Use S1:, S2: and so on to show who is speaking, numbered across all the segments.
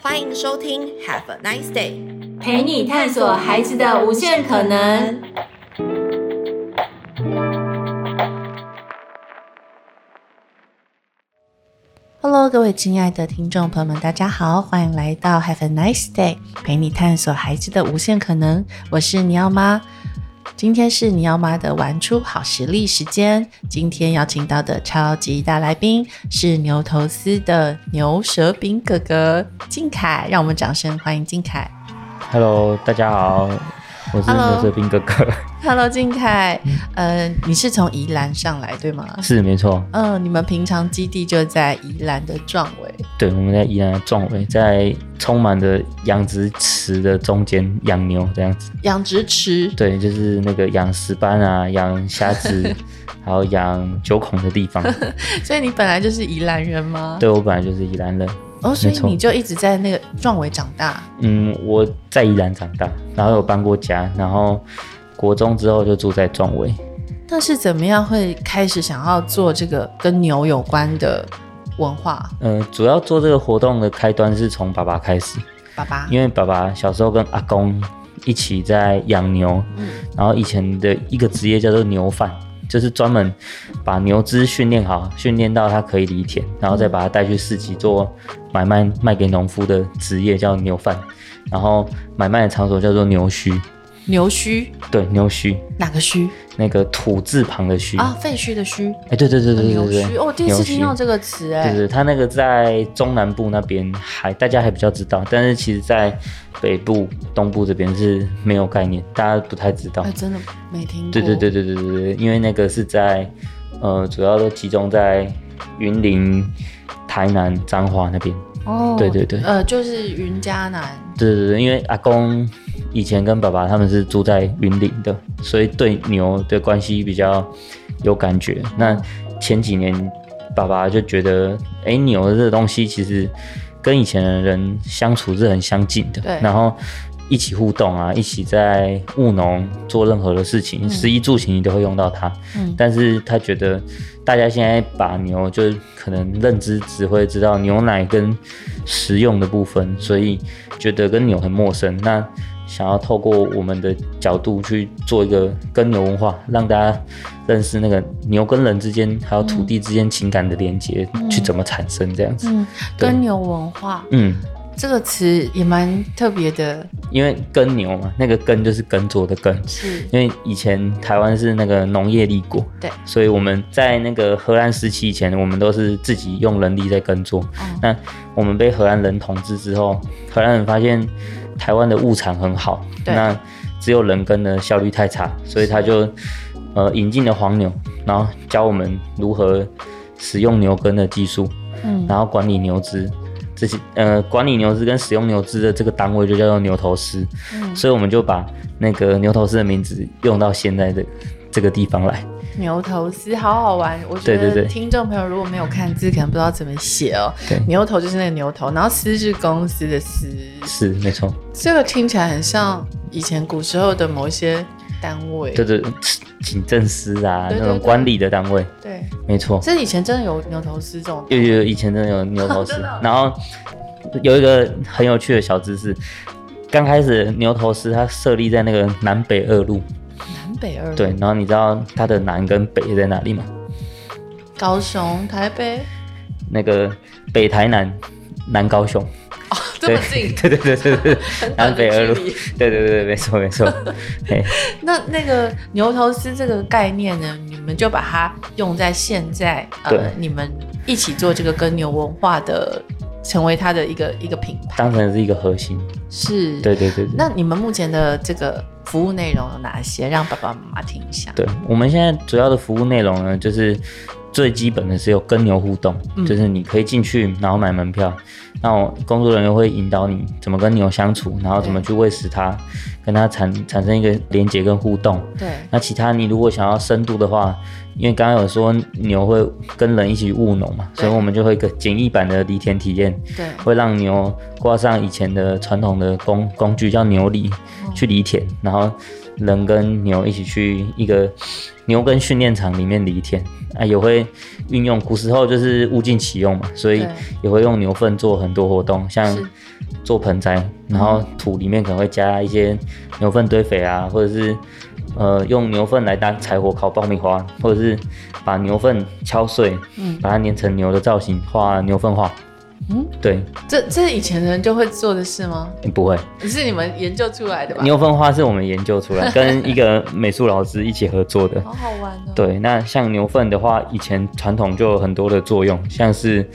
S1: 欢迎收听，Have a nice day。
S2: 陪你探索孩子的无限可能。
S1: Hello，各位亲爱的听众朋友们，大家好，欢迎来到 Have a nice day，陪你探索孩子的无限可能。我是你要妈，今天是你要妈的玩出好实力时间。今天邀请到的超级大来宾是牛头丝的牛舌饼哥哥靖凯，让我们掌声欢迎靖凯。
S3: Hello，大家好，我是
S1: Hello
S3: 牛舌兵哥哥，
S1: Hello，靖凯，
S3: 嗯
S1: 呃，你是从宜兰上来对吗？
S3: 是没错，
S1: 嗯、你们平常基地就在宜兰的壮围，
S3: 对，我们在宜兰的壮围，在充满着养殖池的中间养牛这样子，
S1: 养殖池。
S3: 对，就是那个养石斑啊，养虾子，还有养九孔的地方。
S1: 所以你本来就是宜兰人吗？。
S3: 对我本来就是宜兰人，
S1: 哦，所以
S3: 没错
S1: 你就一直在那个壮围长大。
S3: 嗯，我在宜兰长大，然后有搬过家，然后国中之后就住在壮围。
S1: 那是怎么样会开始想要做这个跟牛有关的文化？
S3: 呃，主要做这个活动的开端是从爸爸开始，
S1: 爸爸，
S3: 因为爸爸小时候跟阿公一起在养牛，
S1: 嗯
S3: 然后以前的一个职业叫做牛贩，就是专门把牛只训练好，训练到它可以犁田，然后再把它带去市集做买卖，卖给农夫的职业叫牛贩，然后买卖的场所叫做牛墟，
S1: 牛墟
S3: 对，牛墟。
S1: 哪个墟
S3: 那个土字旁的墟，哎、
S1: 啊？废墟的墟，
S3: 对对对对对
S1: 牛
S3: 对对，
S1: 墟。哦，我第一次听
S3: 牛
S1: 到
S3: 墟
S1: 这个词，
S3: 对
S1: 哎，
S3: 对，它那个在中南部那边还大家还比较知道，但是其实在北部、东部这边是没有概念，大家不太知道
S1: 哎，。真的没听过。
S3: 对对对对对对对，因为那个是在呃，主要都集中在云林、台南、彰化那边。
S1: 哦，
S3: 对对对
S1: 呃，就是云嘉南，
S3: 对对对，因为阿公以前跟爸爸他们是住在云林的，所以对牛的关系比较有感觉。那前几年爸爸就觉得，哎，牛这个东西其实跟以前的人相处是很相近的
S1: 对，
S3: 然后一起互动啊，一起在务农做任何的事情，食衣住行你都会用到它。
S1: 嗯，
S3: 但是他觉得大家现在把牛就是可能认知只会知道牛奶跟食用的部分，所以觉得跟牛很陌生。那想要透过我们的角度去做一个跟牛文化，让大家认识那个牛跟人之间还有土地之间情感的连接，去怎么产生这样子。
S1: 嗯，
S3: 对
S1: 跟牛文化
S3: 嗯，
S1: 这个词也蛮特别的，
S3: 因为耕牛嘛，那个耕就是耕作的耕，
S1: 是，
S3: 因为以前台湾是那个农业立国，
S1: 对，
S3: 所以我们在那个荷兰时期以前，我们都是自己用人力在耕作。
S1: 嗯
S3: 那我们被荷兰人统治之后，荷兰人发现台湾的物产很好，
S1: 对
S3: 那只有人耕的效率太差，所以他就呃引进了黄牛，然后教我们如何使用牛耕的技术，
S1: 嗯，
S3: 然后管理牛只。这些呃，管理牛只跟使用牛只的这个单位就叫做牛头师。
S1: 嗯
S3: 所以我们就把那个牛头丝的名字用到现在的这个地方来。
S1: 牛头丝好好玩，我觉
S3: 对对
S1: 得
S3: 对
S1: 听众朋友如果没有看字，可能不知道怎么写哦。
S3: 对
S1: 牛头就是那个牛头，然后丝是公司的丝，
S3: 是，没错，
S1: 这个听起来很像以前古时候的某一些单位。
S3: 对对，警政司啊，
S1: 对对
S3: 那种
S1: 对
S3: 管理的单位，
S1: 对，
S3: 没错。
S1: 这以前真的有牛头丝这种
S3: 有有有以前真的有牛头 丝
S1: 真的哦，
S3: 然后有一个很有趣的小知识，刚开始牛头丝它设立在那个南北二路，
S1: 南北二路
S3: 对，然后你知道它的南跟北在哪里吗？
S1: 高雄、台北，
S3: 那个北台南，南高雄，
S1: 这么
S3: 对
S1: 近，
S3: 对对对对对，
S1: 很短
S3: 南
S1: 的
S3: 北二
S1: 距
S3: 路，
S1: 离。
S3: 对对对对，没错没错，嘿。
S1: 那那个牛头丝这个概念呢，你们就把它用在现在，呃
S3: 对，
S1: 你们一起做这个跟牛文化的，成为它的一个一个品牌
S3: 当成是一个核心。
S1: 是。
S3: 对对对对。
S1: 那你们目前的这个服务内容有哪些？让爸爸妈妈听一下。
S3: 对我们现在主要的服务内容呢，就是最基本的是有跟牛互动，
S1: 嗯
S3: 就是你可以进去，然后买门票，那我工作人员会引导你怎么跟牛相处，然后怎么去喂食它，跟它产产生一个连接跟互动。
S1: 对
S3: 那其他你如果想要深度的话，因为刚刚有说牛会跟人一起务农嘛，
S1: 对
S3: 所以我们就会有一个简易版的犁田体验，
S1: 对
S3: 会
S1: 嗯
S3: 让牛挂上以前的传统的工工具，叫牛犁，去犁田，然后人跟牛一起去一个牛跟训练场里面犁田啊，也会运用古时候就是物尽其用嘛，所以
S1: 对
S3: 也会用牛粪做很多活动，像
S1: 是
S3: 做盆栽，然后土里面可能会加一些牛粪堆肥啊，或者是呃用牛粪来当柴火烤爆米花，或者是把牛粪敲碎，
S1: 嗯
S3: 把它捏成牛的造型，画牛粪画。
S1: 嗯，
S3: 对，
S1: 这这是以前人就会做的事吗？
S3: 欸不会，
S1: 是你们研究出来的吧？
S3: 牛粪画是我们研究出来，跟一个美术老师一起合作的。
S1: 好好玩哦。，
S3: 对，那像牛粪的话，以前传统就有很多的作用，像是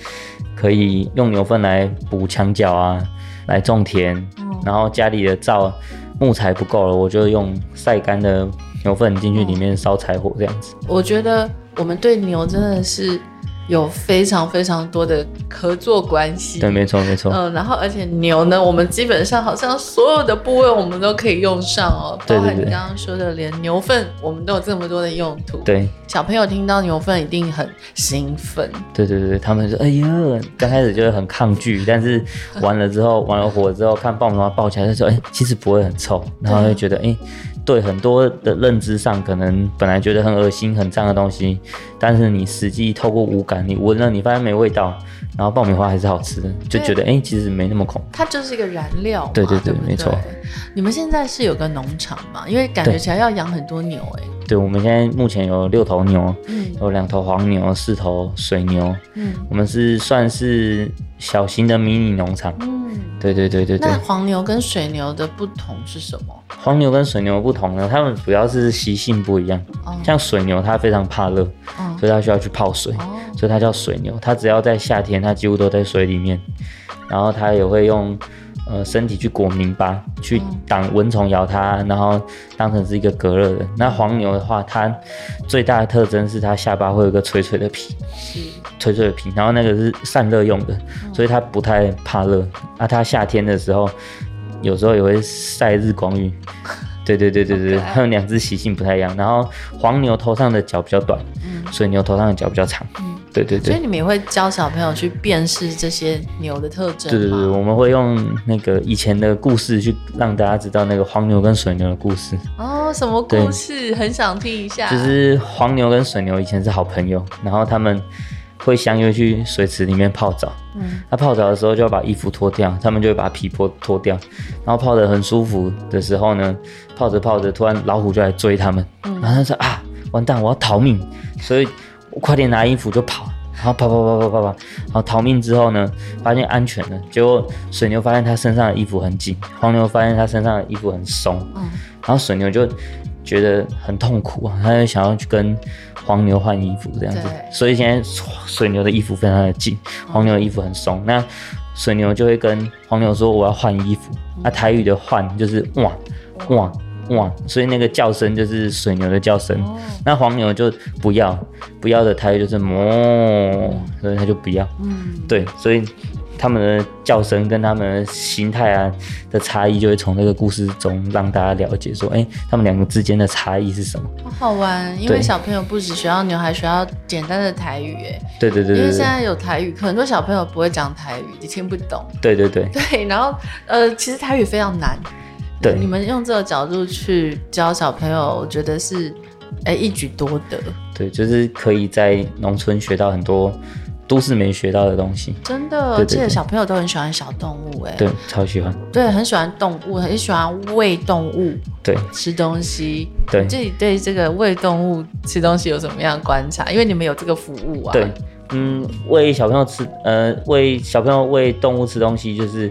S3: 可以用牛粪来补墙角啊，来种田，
S1: 哦
S3: 然后家里的灶木材不够了，我就用晒干的牛粪进去里面烧柴火这样子。
S1: 我觉得我们对牛真的是有非常非常多的合作关系。
S3: 对，没错没错，
S1: 嗯，然后而且牛呢，我们基本上好像所有的部位我们都可以用上哦，
S3: 对
S1: 包含
S3: 对
S1: 你
S3: 对
S1: 刚刚说的，连牛粪我们都有这么多的用途。，
S3: 对
S1: 小朋友听到牛粪一定很兴奋，
S3: 对对对，他们说哎呀，刚开始就是很抗拒，但是完了之后，玩了火之后，看爆米花爆起来，就说哎、其实不会很臭，然后就觉得哎、对很多的认知上，可能本来觉得很恶心、很脏的东西，但是你实际透过五感，你闻了，你发现没味道，然后爆米花还是好吃的，就觉得哎、其实没那么恐。
S1: 它就是一个燃料嘛。
S3: 对对
S1: 对
S3: 对
S1: 不
S3: 没错。
S1: 你们现在是有个农场嘛？因为感觉
S3: 对
S1: 起来要养很多牛哎、
S3: 对，我们现在目前有六头牛，
S1: 嗯
S3: 有两头黄牛，四头水牛，
S1: 嗯
S3: 我们是算是小型的迷你农场。
S1: 嗯。
S3: 对对对对对
S1: 那，黄牛跟水牛的不同是什么？
S3: 黄牛跟水牛不同呢，它们主要是习性不一样。
S1: 哦
S3: 像水牛，它非常怕热，
S1: 嗯
S3: 所以它需要去泡水，
S1: 哦
S3: 所以它叫水牛。它只要在夏天，它几乎都在水里面，然后它也会用呃身体去裹泥巴，去挡蚊虫咬它，然后当成是一个隔热的。那黄牛的话，它最大的特征是它下巴会有一个垂垂的皮，
S1: 是
S3: 吹吹的皮，然后那个是散热用的，
S1: 嗯
S3: 所以它不太怕热。啊，它夏天的时候，有时候也会晒日光 浴。对对对对
S1: 好
S3: 对，
S1: 可爱
S3: 它们两只习性不太一样。然后黄牛头上的角比较短，
S1: 嗯
S3: 水牛头上的角比较长。
S1: 嗯
S3: 对对
S1: 所以
S3: 对。
S1: 你们也会教小朋友去辨识这些牛的特征
S3: 对对对，
S1: 吗？
S3: 我们会用那个以前的故事去让大家知道那个黄牛跟水牛的故事，
S1: 哦，什么故事？很想听一下。
S3: 就是黄牛跟水牛以前是好朋友，然后他们会相约去水池里面泡澡，
S1: 嗯，
S3: 他泡澡的时候就要把衣服脱掉，他们就会把皮脱脱掉，然后泡得很舒服的时候呢，泡着泡着，突然老虎就来追他们，
S1: 嗯
S3: 然后他说啊，完蛋，我要逃命，所以我快点拿衣服就跑，然后跑跑跑跑跑跑，然后逃命之后呢，发现安全了，结果水牛发现他身上的衣服很紧，黄牛发现他身上的衣服很松，
S1: 嗯
S3: 然后水牛就觉得很痛苦啊，他就想要去跟黄牛换衣服这样子
S1: 对，
S3: 所以现在水牛的衣服非常的紧，黄牛的衣服很松。那水牛就会跟黄牛说：“我要换衣服。”那台语的“换”就是“哇哇哇”，所以那个叫声就是水牛的叫声。
S1: 哦
S3: 那黄牛就不要不要的台语就是“哞”，所以他就不要。
S1: 嗯，
S3: 对，所以他们的叫声跟他们的形态啊的差异，就会从这个故事中让大家了解说，哎、他们两个之间的差异是什么？
S1: 好好玩，因为
S3: 对
S1: 小朋友不止学到牛，还学到简单的台语哎。
S3: 对对对
S1: 因为
S3: 对
S1: 现
S3: 对，
S1: 在有台语课，很多小朋友不会讲台语，也听不 懂。
S3: 对对对
S1: 对，然后呃，其实台语非常难。
S3: 对
S1: 你们用这个角度去教小朋友，我觉得是哎一举多得，
S3: 对，就是可以在农村学到很多都市没学到的东西，
S1: 真的。
S3: 对对
S1: 而且
S3: 对
S1: 小朋友都很喜欢小动物哎。
S3: 对，超喜欢，
S1: 对，很喜欢动物，很喜欢喂动物
S3: 对
S1: 吃东西。
S3: 对
S1: 你自己对这个喂动物吃东西有什么样的观察？因为你们有这个服务啊。
S3: 对。嗯，喂小朋友吃，呃，喂小朋友喂动物吃东西，就是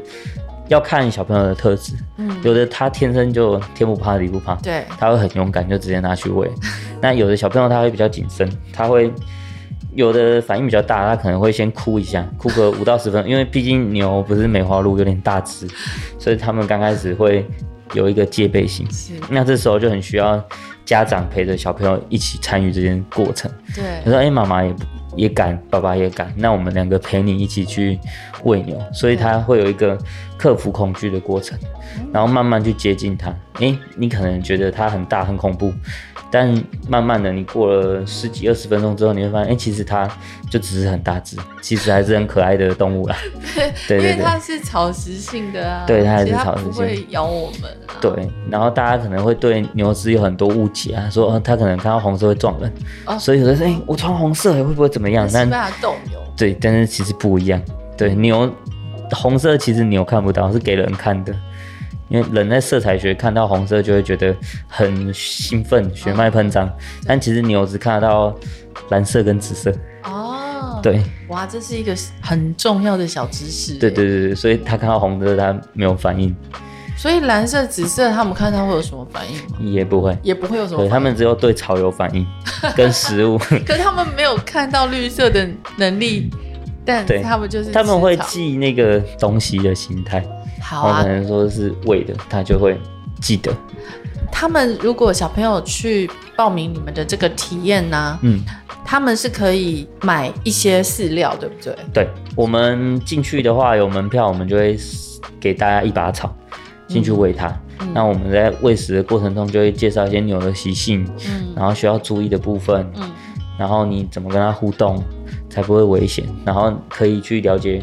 S3: 要看小朋友的特质。
S1: 嗯，
S3: 有的他天生就天不怕地不怕，
S1: 对，
S3: 他会很勇敢，就直接拿去喂。那有的小朋友他会比较谨慎，他会有的反应比较大，他可能会先哭一下，哭个五到十分钟，因为毕竟牛不是梅花鹿，有点大只，所以他们刚开始会有一个戒备心。
S1: 是，
S3: 那这时候就很需要家长陪着小朋友一起参与这件过程。
S1: 对
S3: 他，说：“哎、妈妈也不也敢，爸爸也敢，那我们两个陪你一起去喂牛，所以他会有一个克服恐惧的过程，然后慢慢去接近它。诶、你可能觉得它很大很恐怖，但慢慢的你过了十几二十分钟之后，你会发现，诶、其实它就只是很大只，其实还是很可爱的动物啦。对
S1: 因
S3: 对
S1: 为
S3: 对
S1: 它是草食性的啊，
S3: 对它还
S1: 所以
S3: 是
S1: 它
S3: 草食
S1: 不
S3: 性
S1: 会咬我们啊。
S3: 对，然后大家可能会对牛只有很多误解啊，说、哦、它可能看到红色会撞人，
S1: 哦
S3: 所以有的说，诶、哎我穿红色会不会怎么样？
S1: 西
S3: 但
S1: 班牙斗牛，
S3: 对，但是其实不一样。对，
S1: 嗯
S3: 牛红色其实牛看不到，是给人看的。因为人在色彩学看到红色就会觉得很兴奋，血脉喷
S1: 哦
S3: 张。但其实牛只看得到蓝色跟紫色。
S1: 哦，，
S3: 对，
S1: 哇，这是一个很重要的小知识。
S3: 对对，对对，所以他看到红色他没有反应，
S1: 所以蓝色、紫色，他们看它会有什么反应吗？
S3: 也不会。
S1: 也不会有什么反
S3: 对
S1: 应。
S3: 他们只有对草有 反应，跟食物。
S1: 可是他们没有看到绿色的能力，但
S3: 对
S1: 他们就是
S3: 他们会
S1: 吃草
S3: 记哦那个东西的形态，
S1: 好
S3: 然后
S1: 啊
S3: 可。能说是喂的，他就会记得。
S1: 他们如果小朋友去报名你们的这个体验呢、
S3: 嗯，
S1: 他们是可以买一些饲料，对不对？
S3: 对我们进去的话，有门票，我们就会给大家一把草进去喂它。
S1: 嗯
S3: 那我们在喂食的过程中，就会介绍一些牛的习性，
S1: 嗯
S3: 然后需要注意的部分，
S1: 嗯
S3: 然后你怎么跟它互动才不会危险，然后可以去了解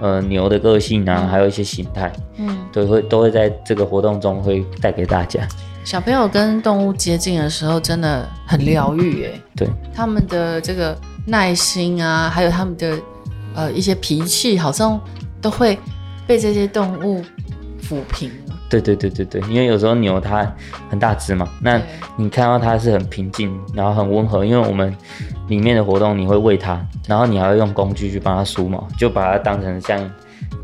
S3: 呃牛的个性啊，还有一些形态，
S1: 嗯。
S3: 对，会都会在这个活动中会带给大家。
S1: 小朋友跟动物接近的时候，真的很疗愈诶。
S3: 对，
S1: 他们的这个耐心啊，还有他们的呃一些脾气，好像都会被这些动物抚平。
S3: 对对对对对，因为有时候牛它很大只嘛，那
S1: 对
S3: 你看到它是很平静，然后很温和，因为我们里面的活动你会喂它，然后你还会用工具去帮它梳毛，就把它当成像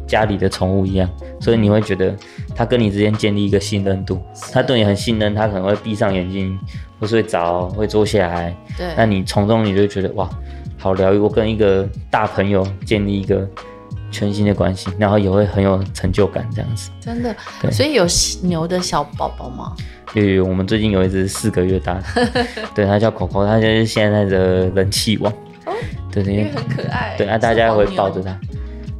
S3: 家里的宠物一样，所以你会觉得它跟你之间建立一个信任度，它对你很信任，它可能会闭上眼睛，会睡着，会坐下来，
S1: 对，
S3: 那你从中你就觉得哇，好疗愈，我跟一个大朋友建立一个全新的关系，然后也会很有成就感这样子。
S1: 真的，
S3: 对
S1: 所以有牛的小宝宝吗？
S3: 有有有，我们最近有一只四个月大 的，对，它叫 Coco，它就是现在的人气王。
S1: 哦
S3: 对对，因为
S1: 可爱
S3: 对啊，大家会抱着它。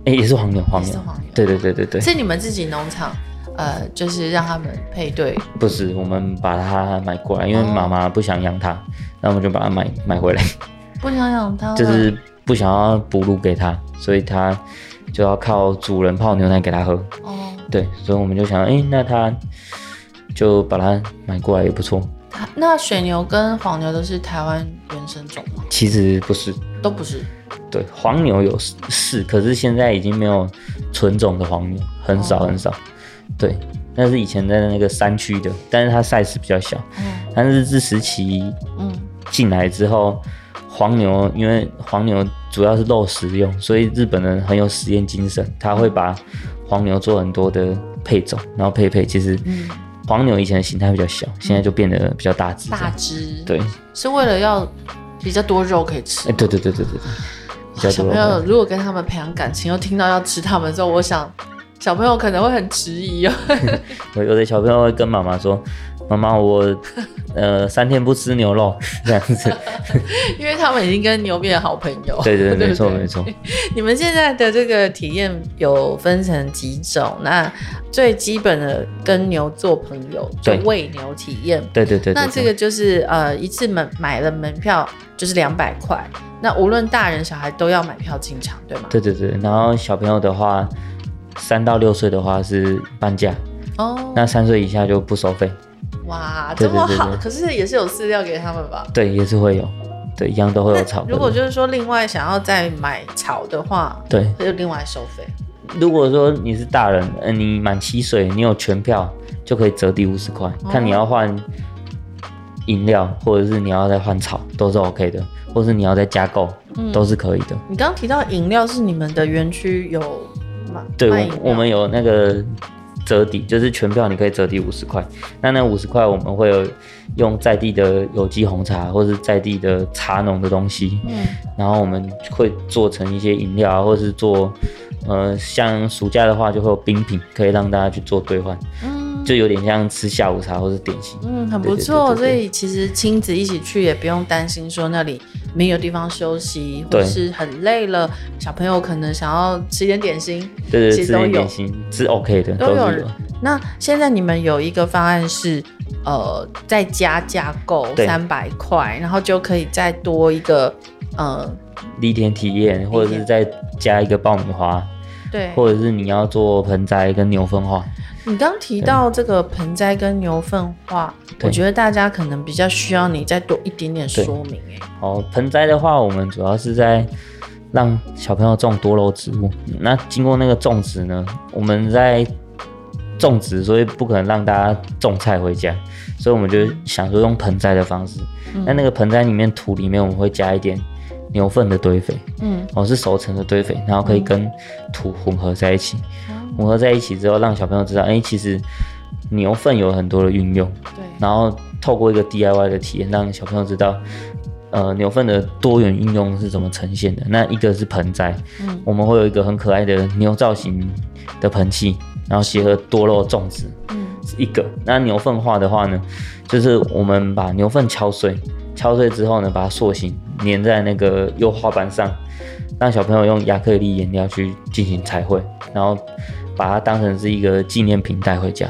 S3: 哎、也是黄牛，黄
S1: 也
S3: 牛
S1: 是黄牛，
S3: 对对对对对，
S1: 是你们自己农场，呃，就是让他们配对，
S3: 不是，我们把它买过来，因
S1: 哦
S3: 为妈妈不想养它，那我们就把它买买回来，
S1: 嗯不想养它们，
S3: 就是不想要哺乳给它，所以它就要靠主人泡牛奶给它喝。
S1: 哦，
S3: 对，所以我们就想，哎、那它就把它买过来也不错。
S1: 它那水牛跟黄牛都是台湾原生种吗？
S3: 其实不是，
S1: 都不是，
S3: 对，黄牛有是，可是现在已经没有纯种的黄牛，很少
S1: 哦
S3: 很少。对，那是以前在那个山区的，但是它 size 比较小。
S1: 嗯
S3: 但是日治时期
S1: 嗯，
S3: 进来之后，黄牛因为黄牛主要是肉食用，所以日本人很有实验精神，他会把黄牛做很多的配种，然后配配。其实
S1: 嗯
S3: 黄牛以前的形态比较小，现在就变得比较大只这样。
S1: 大只，
S3: 对，哎、哎
S1: 是为了要比较多肉可以吃。
S3: 对对对对对对，比较
S1: 小
S3: 多
S1: 朋
S3: 的话。
S1: 友如果跟他们培养感情，又听到要吃他们之后，我想小朋友可能会很迟疑哦。
S3: 有有的小朋友会跟妈妈说：“妈妈，我呃三天不吃牛肉 这 样子。
S1: 因为他们已经跟牛变好朋友”。
S3: 对对
S1: 对
S3: 对，没错
S1: 对
S3: 没错。
S1: 你们现在的这个体验有分成几种？那最基本的跟牛做朋友，就
S3: 对
S1: 喂牛体验。
S3: 对对对对。
S1: 那这个就是呃，一次门买了门票就是两百块，那无论大人小孩都要买票进场，对吗？
S3: 对对对，然后小朋友的话，三到六岁的话是半价，
S1: 哦，
S3: 那三岁以下就不收费。
S1: 哇，这
S3: 对
S1: 么
S3: 对对
S1: 好，
S3: 对
S1: 可是也是有饲料给他们吧？
S3: 对，也是会有，对，一样都会有草
S1: 那
S3: 根。
S1: 如果就是说另外想要再买草的话，
S3: 对，
S1: 就另外收费。
S3: 如果说你是大人，呃，你满七岁，你有全票就可以折抵五十块，
S1: 哦
S3: 看你要换饮料，或者是你要再换草，都是 OK 的，或是你要再加购，
S1: 嗯
S3: 都是可以的。
S1: 你刚刚提到饮料是你们的园区有卖？
S3: 对，
S1: 卖饮料
S3: 我我们有那个折抵，就是全票你可以折抵五十块。那那五十块我们会有用在地的有机红茶，或是在地的茶农的东西，
S1: 嗯
S3: 然后我们会做成一些饮料啊，或是做呃，像暑假的话就会有冰品，可以让大家去做兑换，
S1: 嗯
S3: 就有点像吃下午茶或是点心。
S1: 嗯，很
S3: 对
S1: 不
S3: 对对
S1: 错。
S3: 对对
S1: 所以其实亲子一起去也不用担心说那里没有地方休息，或
S3: 对
S1: 是很累了，小朋友可能想要吃点点心，
S3: 对对，
S1: 其
S3: 吃
S1: 实都
S3: 点
S1: 有
S3: 点。心是 OK 的，
S1: 都
S3: 都
S1: 有
S3: 是有。
S1: 那现在你们有一个方案是，呃，再加价购
S3: 对
S1: 三百块，然后就可以再多一个，呃，
S3: 立田体验，或者是再加一个爆米花，
S1: 对。
S3: 或者是你要做盆栽跟牛粪花，
S1: 你刚提到这个盆栽跟牛粪化，
S3: 对
S1: 我觉得大家可能比较需要你再多一点点
S3: 对
S1: 说明、哎，
S3: 哦，盆栽的话，我们主要是在让小朋友种多肉植物。那经过那个种植呢，我们在种植，所以不可能让大家种菜回家，所以我们就想说用盆栽的方式。那、那个盆栽里面土里面，我们会加一点牛粪的堆肥，
S1: 嗯，
S3: 哦，是熟成的堆肥，然后可以跟土混合在一起。混合在一起之后，让小朋友知道，哎、其实牛粪有很多的运用。
S1: 对，
S3: 然后透过一个 DIY 的体验，让小朋友知道，呃，牛粪的多元运用是怎么呈现的。那一个是盆栽，
S1: 嗯
S3: 我们会有一个很可爱的牛造型的盆器，然后结合多肉种植，
S1: 嗯
S3: 是一个。那牛粪化的话呢，就是我们把牛粪敲碎，敲碎之后呢，把它塑形，粘在那个油画板上，让小朋友用亚克力颜料去进行彩绘，然后把它当成是一个纪念品带回家。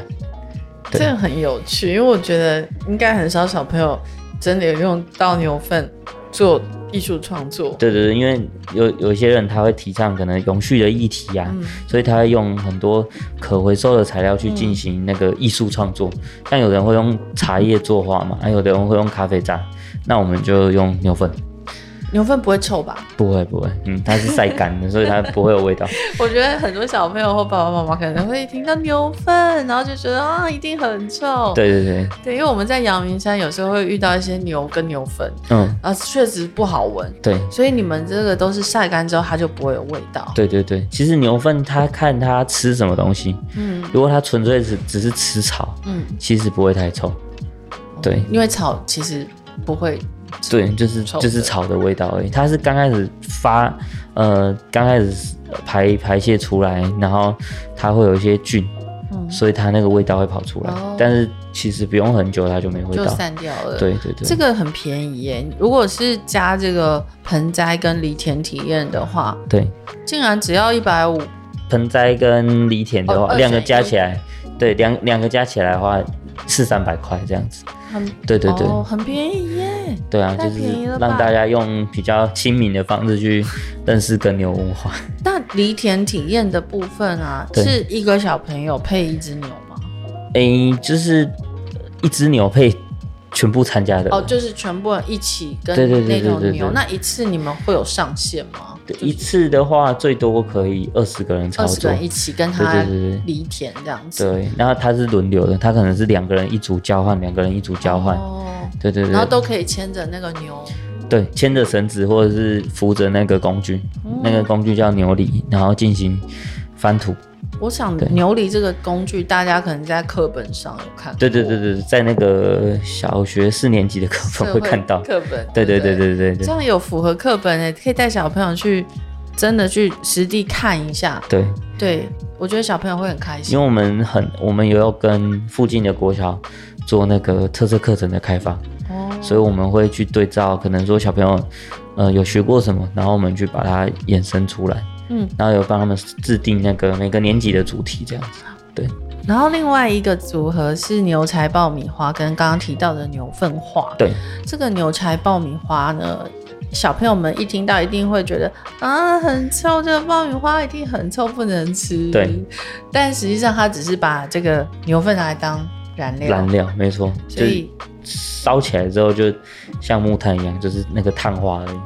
S1: 这
S3: 对
S1: 个很有趣，因为我觉得应该很少小朋友真的有用到牛粪做艺术创作。
S3: 对对对，因为有有一些人他会提倡可能永续的议题啊，
S1: 嗯
S3: 所以他会用很多可回收的材料去进行那个艺术创作。像有人会用茶叶作画嘛，还、有的人会用咖啡渣，那我们就用牛粪。
S1: 牛粪不会臭吧？
S3: 不会不会，嗯，它是晒干的，所以它不会有味道。
S1: 我觉得很多小朋友或爸爸妈妈可能会听到牛粪，然后就觉得啊，一定很臭。
S3: 对对对，
S1: 对，因为我们在阳明山有时候会遇到一些牛跟牛粪，
S3: 嗯，
S1: 啊，确实不好闻。
S3: 对
S1: 所以你们这个都是晒干之后它就不会有味道。
S3: 对对对。其实牛粪它看它吃什么东西，
S1: 嗯
S3: 如果它纯粹只只是吃草，
S1: 嗯，
S3: 其实不会太臭。对，
S1: 因为草其实不会
S3: 对，就是
S1: 臭
S3: 就是
S1: 的
S3: 草的味道而已。它是刚开始发，呃，刚开始排排泄出来，然后它会有一些菌，
S1: 嗯
S3: 所以它那个味道会跑出来。
S1: 哦
S3: 但是其实不用很久，它就没味
S1: 就
S3: 道。
S1: 散掉了。
S3: 对对对，
S1: 这个很便宜耶！如果是加这个盆栽跟犁田体验的话，
S3: 对
S1: 竟然只要一百五，
S3: 盆栽跟犁田的
S1: 哦
S3: 话，
S1: 二
S3: 两、个
S1: 选一
S3: 加起来，对两两个加起来的话是三百块这样子。
S1: 很
S3: 对对对、
S1: 哦，很便宜耶！
S3: 对啊，
S1: 太
S3: 就是
S1: 便宜了吧
S3: 让大家用比较亲民的方式去认识耕牛文化。
S1: 那犁田体验的部分啊，
S3: 对
S1: 是一个小朋友配一只牛吗？
S3: 诶、就是一只牛配全部参加的
S1: 哦，就是全部人一起跟
S3: 对对对
S1: 那
S3: 对
S1: 种
S3: 对
S1: 牛，
S3: 对
S1: 那一次你们会有上限吗？
S3: 对
S1: 就是
S3: 一次的话，最多可以二十个人操
S1: 二十个
S3: 作。
S1: 人一起跟他
S3: 对对对对
S1: 犁田这样子，
S3: 对，然后它是轮流的，它可能是两个人一组交换，两个人一组交换。
S1: 哦，
S3: 对对对，
S1: 然后都可以牵着那个牛，
S3: 对牵着绳子或者是扶着那个工具，
S1: 哦
S3: 那个工具叫牛犁，然后进行翻土。
S1: 我想
S3: 对
S1: 牛犁这个工具，大家可能在课本上有看过，
S3: 对对对对，对在那个小学四年级的课
S1: 社
S3: 本会看到。
S1: 课本。
S3: 对对
S1: 对
S3: 对
S1: 不
S3: 对对对
S1: 这
S3: 对
S1: 样有符合课本欸诶、可以带小朋友去真的去实地看一下。
S3: 对，
S1: 对，我觉得小朋友会很开
S3: 因
S1: 心。
S3: 为我们很，我们也有跟附近的国小做那个特色课程的开发。
S1: 哦，
S3: 所以我们会去对照，可能说小朋友，呃，有学过什么，然后我们去把它衍生出来，
S1: 嗯，
S3: 然后有帮他们制定那个每个年级的主题这样子。对，
S1: 然后另外一个组合是牛柴爆米花跟刚刚提到的牛粪花。
S3: 对，
S1: 这个牛柴爆米花呢，小朋友们一听到一定会觉得啊，很臭，这个爆米花一定很臭，不能吃。
S3: 对，
S1: 但实际上它只是把这个牛粪拿来当燃料，
S3: 燃料没错，
S1: 所以
S3: 就是烧起来之后就像木炭一样，就是那个碳化而已，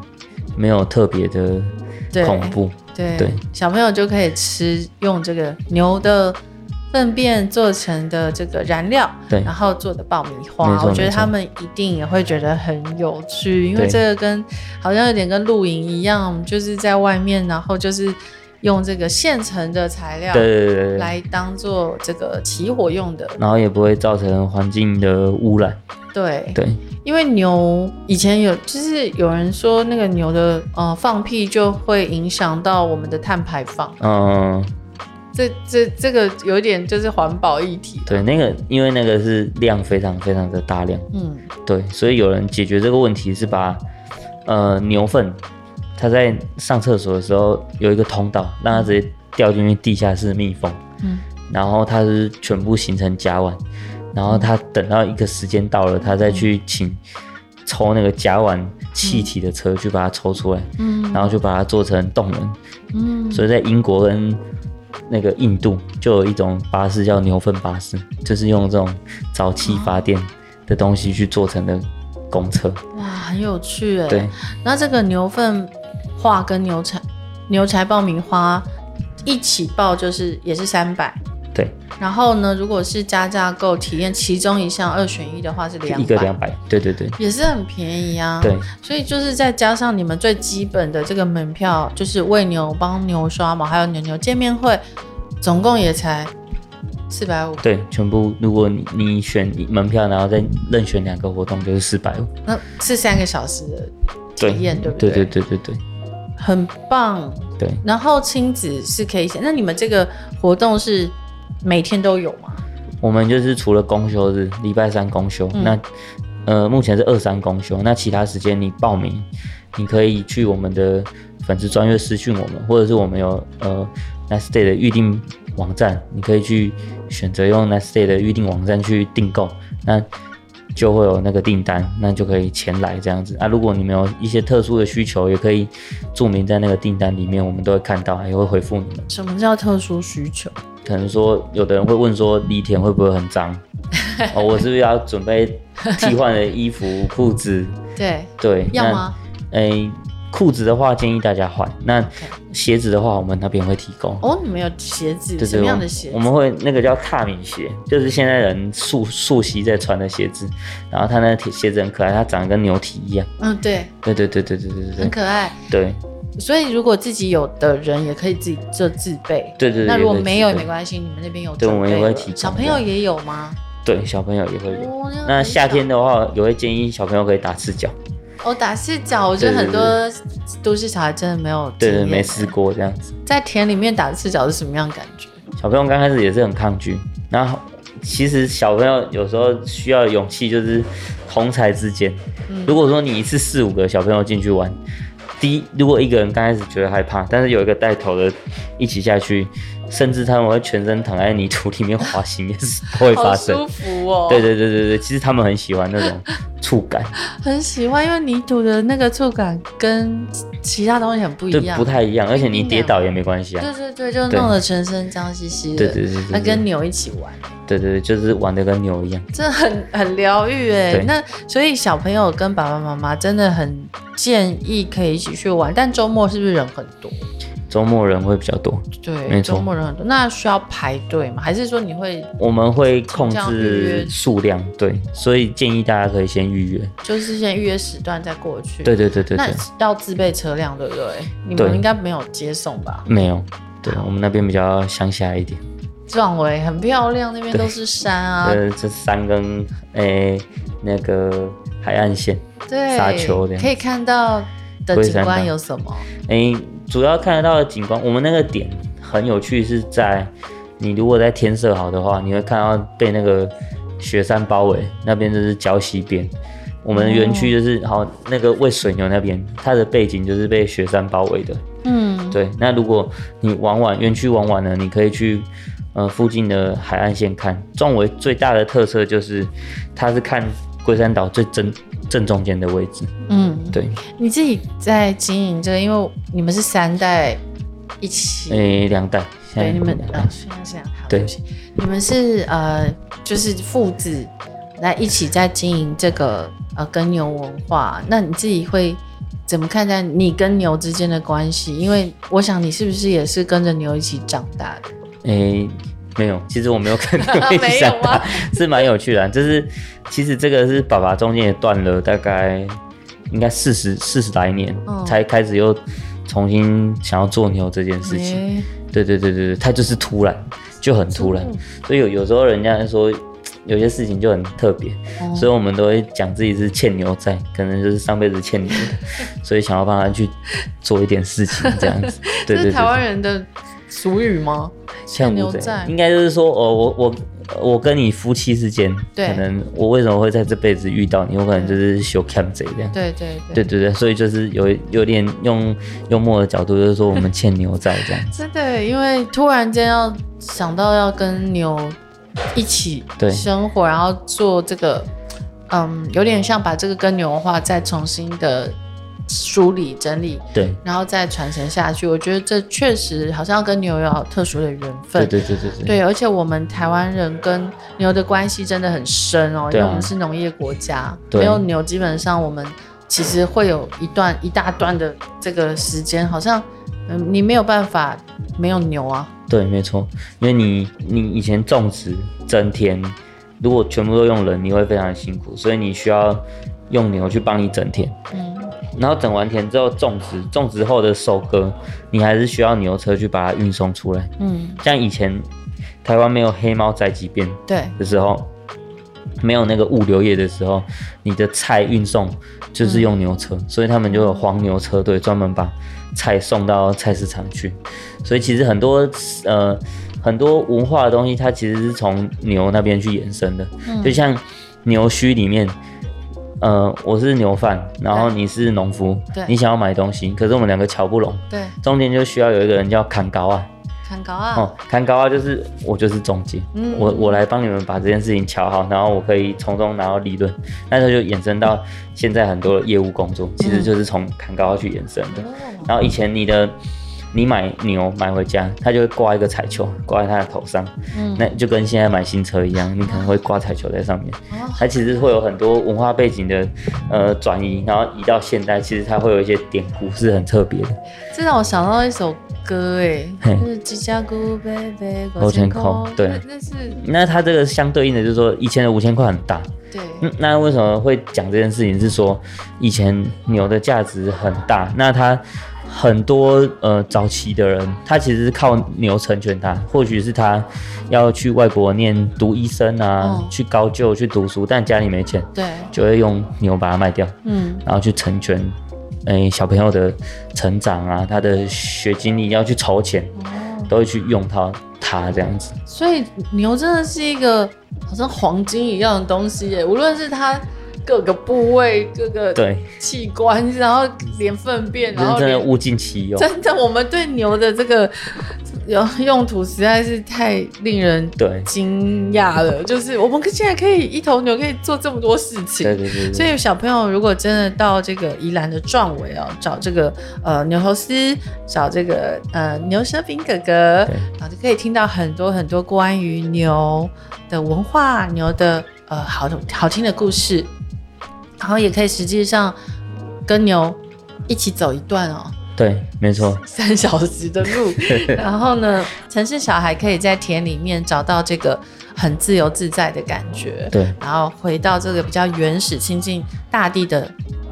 S3: 没有特别的
S1: 对
S3: 恐怖。
S1: 对
S3: 对
S1: 小朋友就可以吃用这个牛的粪便做成的这个燃料，
S3: 对
S1: 然后做的爆米花
S3: 没，错
S1: 我觉得
S3: 没错
S1: 他们一定也会觉得很有趣，因为
S3: 对
S1: 这个跟好像有点跟露营一样，我们就是在外面，然后就是用这个现成的材料
S3: 对对对对对，
S1: 来当做这个起火用的，
S3: 然后也不会造成环境的污染。
S1: 对。
S3: 对，
S1: 因为牛以前有，就是有人说那个牛的呃放屁就会影响到我们的碳排放，
S3: 嗯，
S1: 这这这个有点就是环保议题。
S3: 对，那个因为那个是量非常非常的大量。
S1: 嗯，
S3: 对，所以有人解决这个问题是把呃牛粪，它在上厕所的时候有一个通道，让它直接掉进去地下室密封，
S1: 嗯
S3: 然后它是全部形成甲烷，然后它等到一个时间到了，它再去请抽那个甲烷气体的车去把它抽出来，
S1: 嗯
S3: 然后就把它做成动能。
S1: 嗯，
S3: 所以在英国跟那个印度就有一种巴士叫牛粪巴士，就是用这种沼气发电的东西去做成的公车。
S1: 哇，很有趣哎。
S3: 对，
S1: 那这个牛粪化跟牛柴牛柴爆米花一起爆，就是也是三百。
S3: 对，
S1: 然后呢，如果是加价购体验其中一项二选一的话是两
S3: 一个两百，对对对
S1: 也是很便宜啊。
S3: 对，
S1: 所以就是再加上你们最基本的这个门票，就是喂牛、帮牛刷毛，还有牛牛见面会，总共也才四百五。
S3: 对，全部如果你你选门票，然后再任选两个活动，就是四百五。
S1: 那是三个小时的体验，对不
S3: 对
S1: 对
S3: 对对对对
S1: 很棒。
S3: 对，
S1: 然后亲子是可以选，那你们这个活动是每天都有吗？
S3: 我们就是除了公休日，礼拜三公休，
S1: 嗯
S3: 那呃目前是二三公休，那其他时间你报名，你可以去我们的粉丝专业私讯我们，或者是我们有呃 Nice Day 的预定网站，你可以去选择用 Nice Day 的预定网站去订购，那就会有那个订单，那就可以前来这样子啊。如果你们有一些特殊的需求，也可以注明在那个订单里面，我们都会看到，也会回复你们。
S1: 什么叫特殊需求？
S3: 可能说，有的人会问说，犁田会不会很 脏？哦，我是不是要准备替换的衣服、裤子？
S1: 对，
S3: 对，
S1: 要吗？
S3: 那？诶，裤子的话建议大家换。那鞋子的话，我们那边会提供。
S1: 哦，你们有鞋子，
S3: 对
S1: 什
S3: 对，
S1: 么
S3: 我
S1: 样的
S3: 们
S1: 鞋
S3: 我
S1: 子？
S3: 们会那个叫踏米鞋，就是现在人溯溯溪在穿的鞋子。然后它那个鞋子很可爱，它长得跟牛蹄一样。
S1: 嗯，对，
S3: 对对对对对对对
S1: 很可爱。
S3: 对
S1: 所以如果自己有的人也可以自己做自备。
S3: 对对对。
S1: 那如果没有也
S3: 对
S1: 没关系，你们那边有
S3: 对
S1: 准
S3: 我们也
S1: 备
S3: 会
S1: 了
S3: 提供
S1: 小朋
S3: 这样
S1: 友也有吗？
S3: 对，小朋友也会有。
S1: 哦，样
S3: 那
S1: 很
S3: 夏
S1: 巧
S3: 天的话，也会建议小朋友可以打赤脚。
S1: 哦，打赤脚，我觉得
S3: 对对
S1: 很多都市小孩真的没有
S3: 对
S1: 经
S3: 对，
S1: 验
S3: 没试过这样子。
S1: 在田里面打赤脚是什么样的感觉？
S3: 小朋友刚开始也是很抗拒，然后其实小朋友有时候需要勇气，就是同才之间。
S1: 嗯
S3: 如果说你一次四五个小朋友进去玩，第一，如果一个人刚开始觉得害怕，但是有一个带头的一起下去，甚至他们会全身躺在泥土里面滑行，也是都会发
S1: 好
S3: 生
S1: 舒。服哦，
S3: 对，对对对对，其实他们很喜欢那种触感，
S1: 很喜欢，因为泥土的那个触感跟其他东西很不一
S3: 就
S1: 样，
S3: 不太一样，而且你跌倒也没关系啊。
S1: 对对对，就
S3: 对
S1: 弄得全身脏兮兮的，
S3: 对对对对
S1: 那
S3: 对
S1: 跟牛一起玩，
S3: 对对对，就是玩的跟牛一样。
S1: 这很很疗愈哎
S3: 对。
S1: 那所以小朋友跟爸爸妈妈真的很建议可以一起去玩，但周末是不是人很多？
S3: 周末人会比较多，
S1: 对，
S3: 没错
S1: 周末人很多，那需要排队吗？还是说你会
S3: 我们会控
S1: 这样预约
S3: 制数量，对，所以建议大家可以先预约。
S1: 就是先预约时段再过去？
S3: 对对对对
S1: 那
S3: 对，
S1: 要自备车辆，对不对？你们
S3: 对
S1: 应该没有接送吧？
S3: 没有，对我们那边比较乡下一点。
S1: 壮围欸很漂亮，那边都是山啊，
S3: 呃，这山跟诶、那个海岸线，
S1: 对，
S3: 沙丘的
S1: 可以看到的景观有什么？
S3: 诶、主要看得到的景观，我们那个点很有趣，是在你如果在天色好的话，你会看到被那个雪山包围，那边就是礁溪边。我们的园区就是、
S1: 哦
S3: 好，那个喂水牛那边，它的背景就是被雪山包围的。
S1: 嗯，
S3: 对，那如果你玩完园区玩完了，你可以去呃附近的海岸线看。壮围最大的特色就是它是看龟山岛最正正中间的位置。
S1: 嗯，
S3: 对，
S1: 你自己在经营这个，因为你们是三代一起，
S3: 诶、两代，现在
S1: 对，你们
S3: 两代
S1: 啊，现在这样，好
S3: 对
S1: 不起你们是呃，就是父子来一起在经营这个呃耕牛文化，那你自己会。怎么看待你跟牛之间的关系？因为我想你是不是也是跟着牛一起长大的？
S3: 诶、没有，其实我没 有跟你们一
S1: 没
S3: 起
S1: 有
S3: 长
S1: 吗
S3: 大，是蛮有趣的啊、就是其实这个是爸爸中间也断了大概应该四十四十来年，
S1: 嗯
S3: 才开始又重新想要做牛这件事情。
S1: 诶
S3: 对对对对对，他就是突然，就很突然，所以有有时候人家说有些事情就很特别，
S1: 哦
S3: 所以我们都会讲自己是欠牛债，可能就是上辈子欠牛 的，所以想要帮他去做一点事情这样子。
S1: 这
S3: 对对
S1: 是
S3: 对
S1: 台湾
S3: 对，
S1: 人的俗语吗？
S3: 像
S1: 牛
S3: 牛仔
S1: 仔，
S3: 应该就是说，哦，我我我跟你夫妻之间，
S1: 对
S3: 可能我为什么会在这辈子遇到你，我可能就是修 cam 贼这样。
S1: 对对
S3: 对对对，所以就是有有点用幽默的角度，就是说我们欠牛仔这样子。
S1: 真的，因为突然间要想到要跟牛一起
S3: 对
S1: 生活，然后做这个，嗯，有点像把这个跟牛文化再重新的梳理整理，
S3: 对
S1: 然后再传承下去。我觉得这确实好像跟牛有好特殊的缘
S3: 对
S1: 分。
S3: 对对对对
S1: 对而且我们台湾人跟牛的关系真的很深哦，因
S3: 对啊
S1: 为我们是农业国家，
S3: 对
S1: 没有牛，基本上我们其实会有一段一大段的这个时间，好像嗯，你没有办法没有牛啊，
S3: 对，没错，因为你你以前种植整田，如果全部都用人，你会非常辛苦，所以你需要用牛去帮你整田。
S1: 嗯，
S3: 然后整完田之后种植，种植后的收割，你还是需要牛车去把它运送出来。
S1: 嗯，
S3: 像以前台湾没有黑猫宅急便
S1: 对，
S3: 的时候，没有那个物流业的时候，你的菜运送就是用牛车，所以他们就有黄牛车队专门把菜送到菜市场去。所以其实很多呃很多文化的东西，它其实是从牛那边去衍生的，就像牛墟里面。呃，我是牛贩，然后
S1: 对
S3: 你是农夫
S1: 对，
S3: 你想要买东西，可是我们两个瞧不拢，
S1: 对，
S3: 中间就需要有一个人叫砍高啊，
S1: 砍高啊，
S3: 哦，砍高啊，就是我就是中介，
S1: 嗯
S3: 我我来帮你们把这件事情瞧好，然后我可以从中拿到利润。那它就衍生到现在很多的业务工作，
S1: 嗯
S3: 其实就是从砍高啊去衍生的。然后以前你的你买牛买回家，它就会挂一个彩球挂在它的头上，
S1: 嗯
S3: 那就跟现在买新车一样，你可能会挂彩球在上面。
S1: 哦
S3: 它其实会有很多文化背景的呃转移，然后移到现代，其实它会有一些典故是很特别的。
S1: 这让我想到一首歌，哎，
S3: 嘿
S1: 就是《芝加哥 baby》，
S3: 五千块对
S1: 那那是
S3: 那它这个相对应的就是说，以前的五千块很大，
S1: 对，
S3: 嗯，那为什么会讲这件事情？是说以前牛的价值很大，那它很多呃早期的人，他其实是靠牛成全他，或许是他要去外国念读医生啊，
S1: 哦
S3: 去高就去读书，但家里没钱，
S1: 对，
S3: 就会用牛把它卖掉，
S1: 嗯，
S3: 然后去成全。诶小朋友的成长啊，他的学经历要去筹钱，
S1: 哦，
S3: 都会去用到它这样子。
S1: 所以牛真的是一个好像黄金一样的东西耶，无论是它各个部位、各个
S3: 对，
S1: 器官，然后连粪便，然
S3: 真
S1: 后
S3: 真的
S1: 连
S3: 物尽其用。
S1: 真的，我们对牛的这个用用途实在是太令人
S3: 对，
S1: 惊讶了。就是我们竟然可以一头牛可以做这么多事情，
S3: 对对对对。
S1: 所以小朋友如果真的到这个宜兰的壮围哦，找这个呃牛头丝，找这个呃牛舌饼哥哥
S3: 对，
S1: 啊，就可以听到很多很多关于牛的文化、牛的呃好的好听的故事，然后也可以实际上跟牛一起走一段哦。
S3: 对，没错，
S1: 三小时的路，然后呢，城市小孩可以在田里面找到这个很自由自在的感觉。
S3: 对，
S1: 然后回到这个比较原始、亲近大地的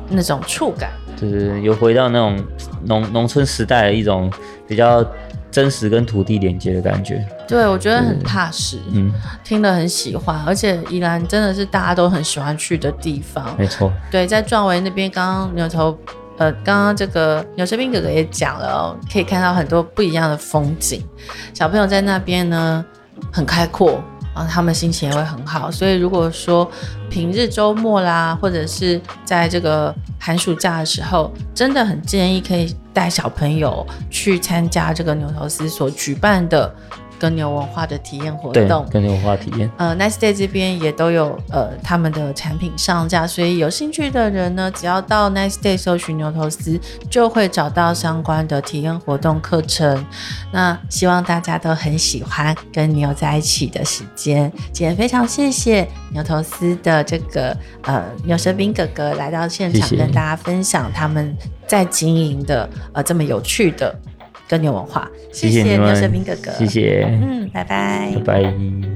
S1: 那种触感。
S3: 就是有回到那种农农村时代的一种比较真实跟土地连接的感觉。
S1: 对，我觉得很踏实，
S3: 嗯，
S1: 听了很喜欢，而且宜兰真的是大家都很喜欢去的地方。
S3: 没错，
S1: 对，在壮围那边，刚刚牛头，呃，刚刚这个牛舌兵哥哥也讲了、哦，可以看到很多不一样的风景。小朋友在那边呢，很开阔，然后他们心情也会很好。所以如果说平日周末啦，或者是在这个寒暑假的时候，真的很建议可以带小朋友去参加这个牛头丝所举办的跟牛文化的体验活
S3: 对
S1: 动，。
S3: 跟这种话体验。
S1: 呃，Nice Day 这边也都有呃他们的产品上架，所以有兴趣的人呢，只要到 Nice Day 搜寻牛头丝，就会找到相关的体验活动课程。那希望大家都很喜欢跟牛在一起的时间。今天非常谢谢牛头丝的这个呃牛舌兵哥哥来到现场
S3: 谢谢
S1: 跟大家分享他们在经营的呃这么有趣的跟牛文化。谢
S3: 谢你
S1: 牛舌
S3: 们
S1: 兵哥哥，
S3: 谢，谢，
S1: 嗯，拜拜
S3: 拜拜。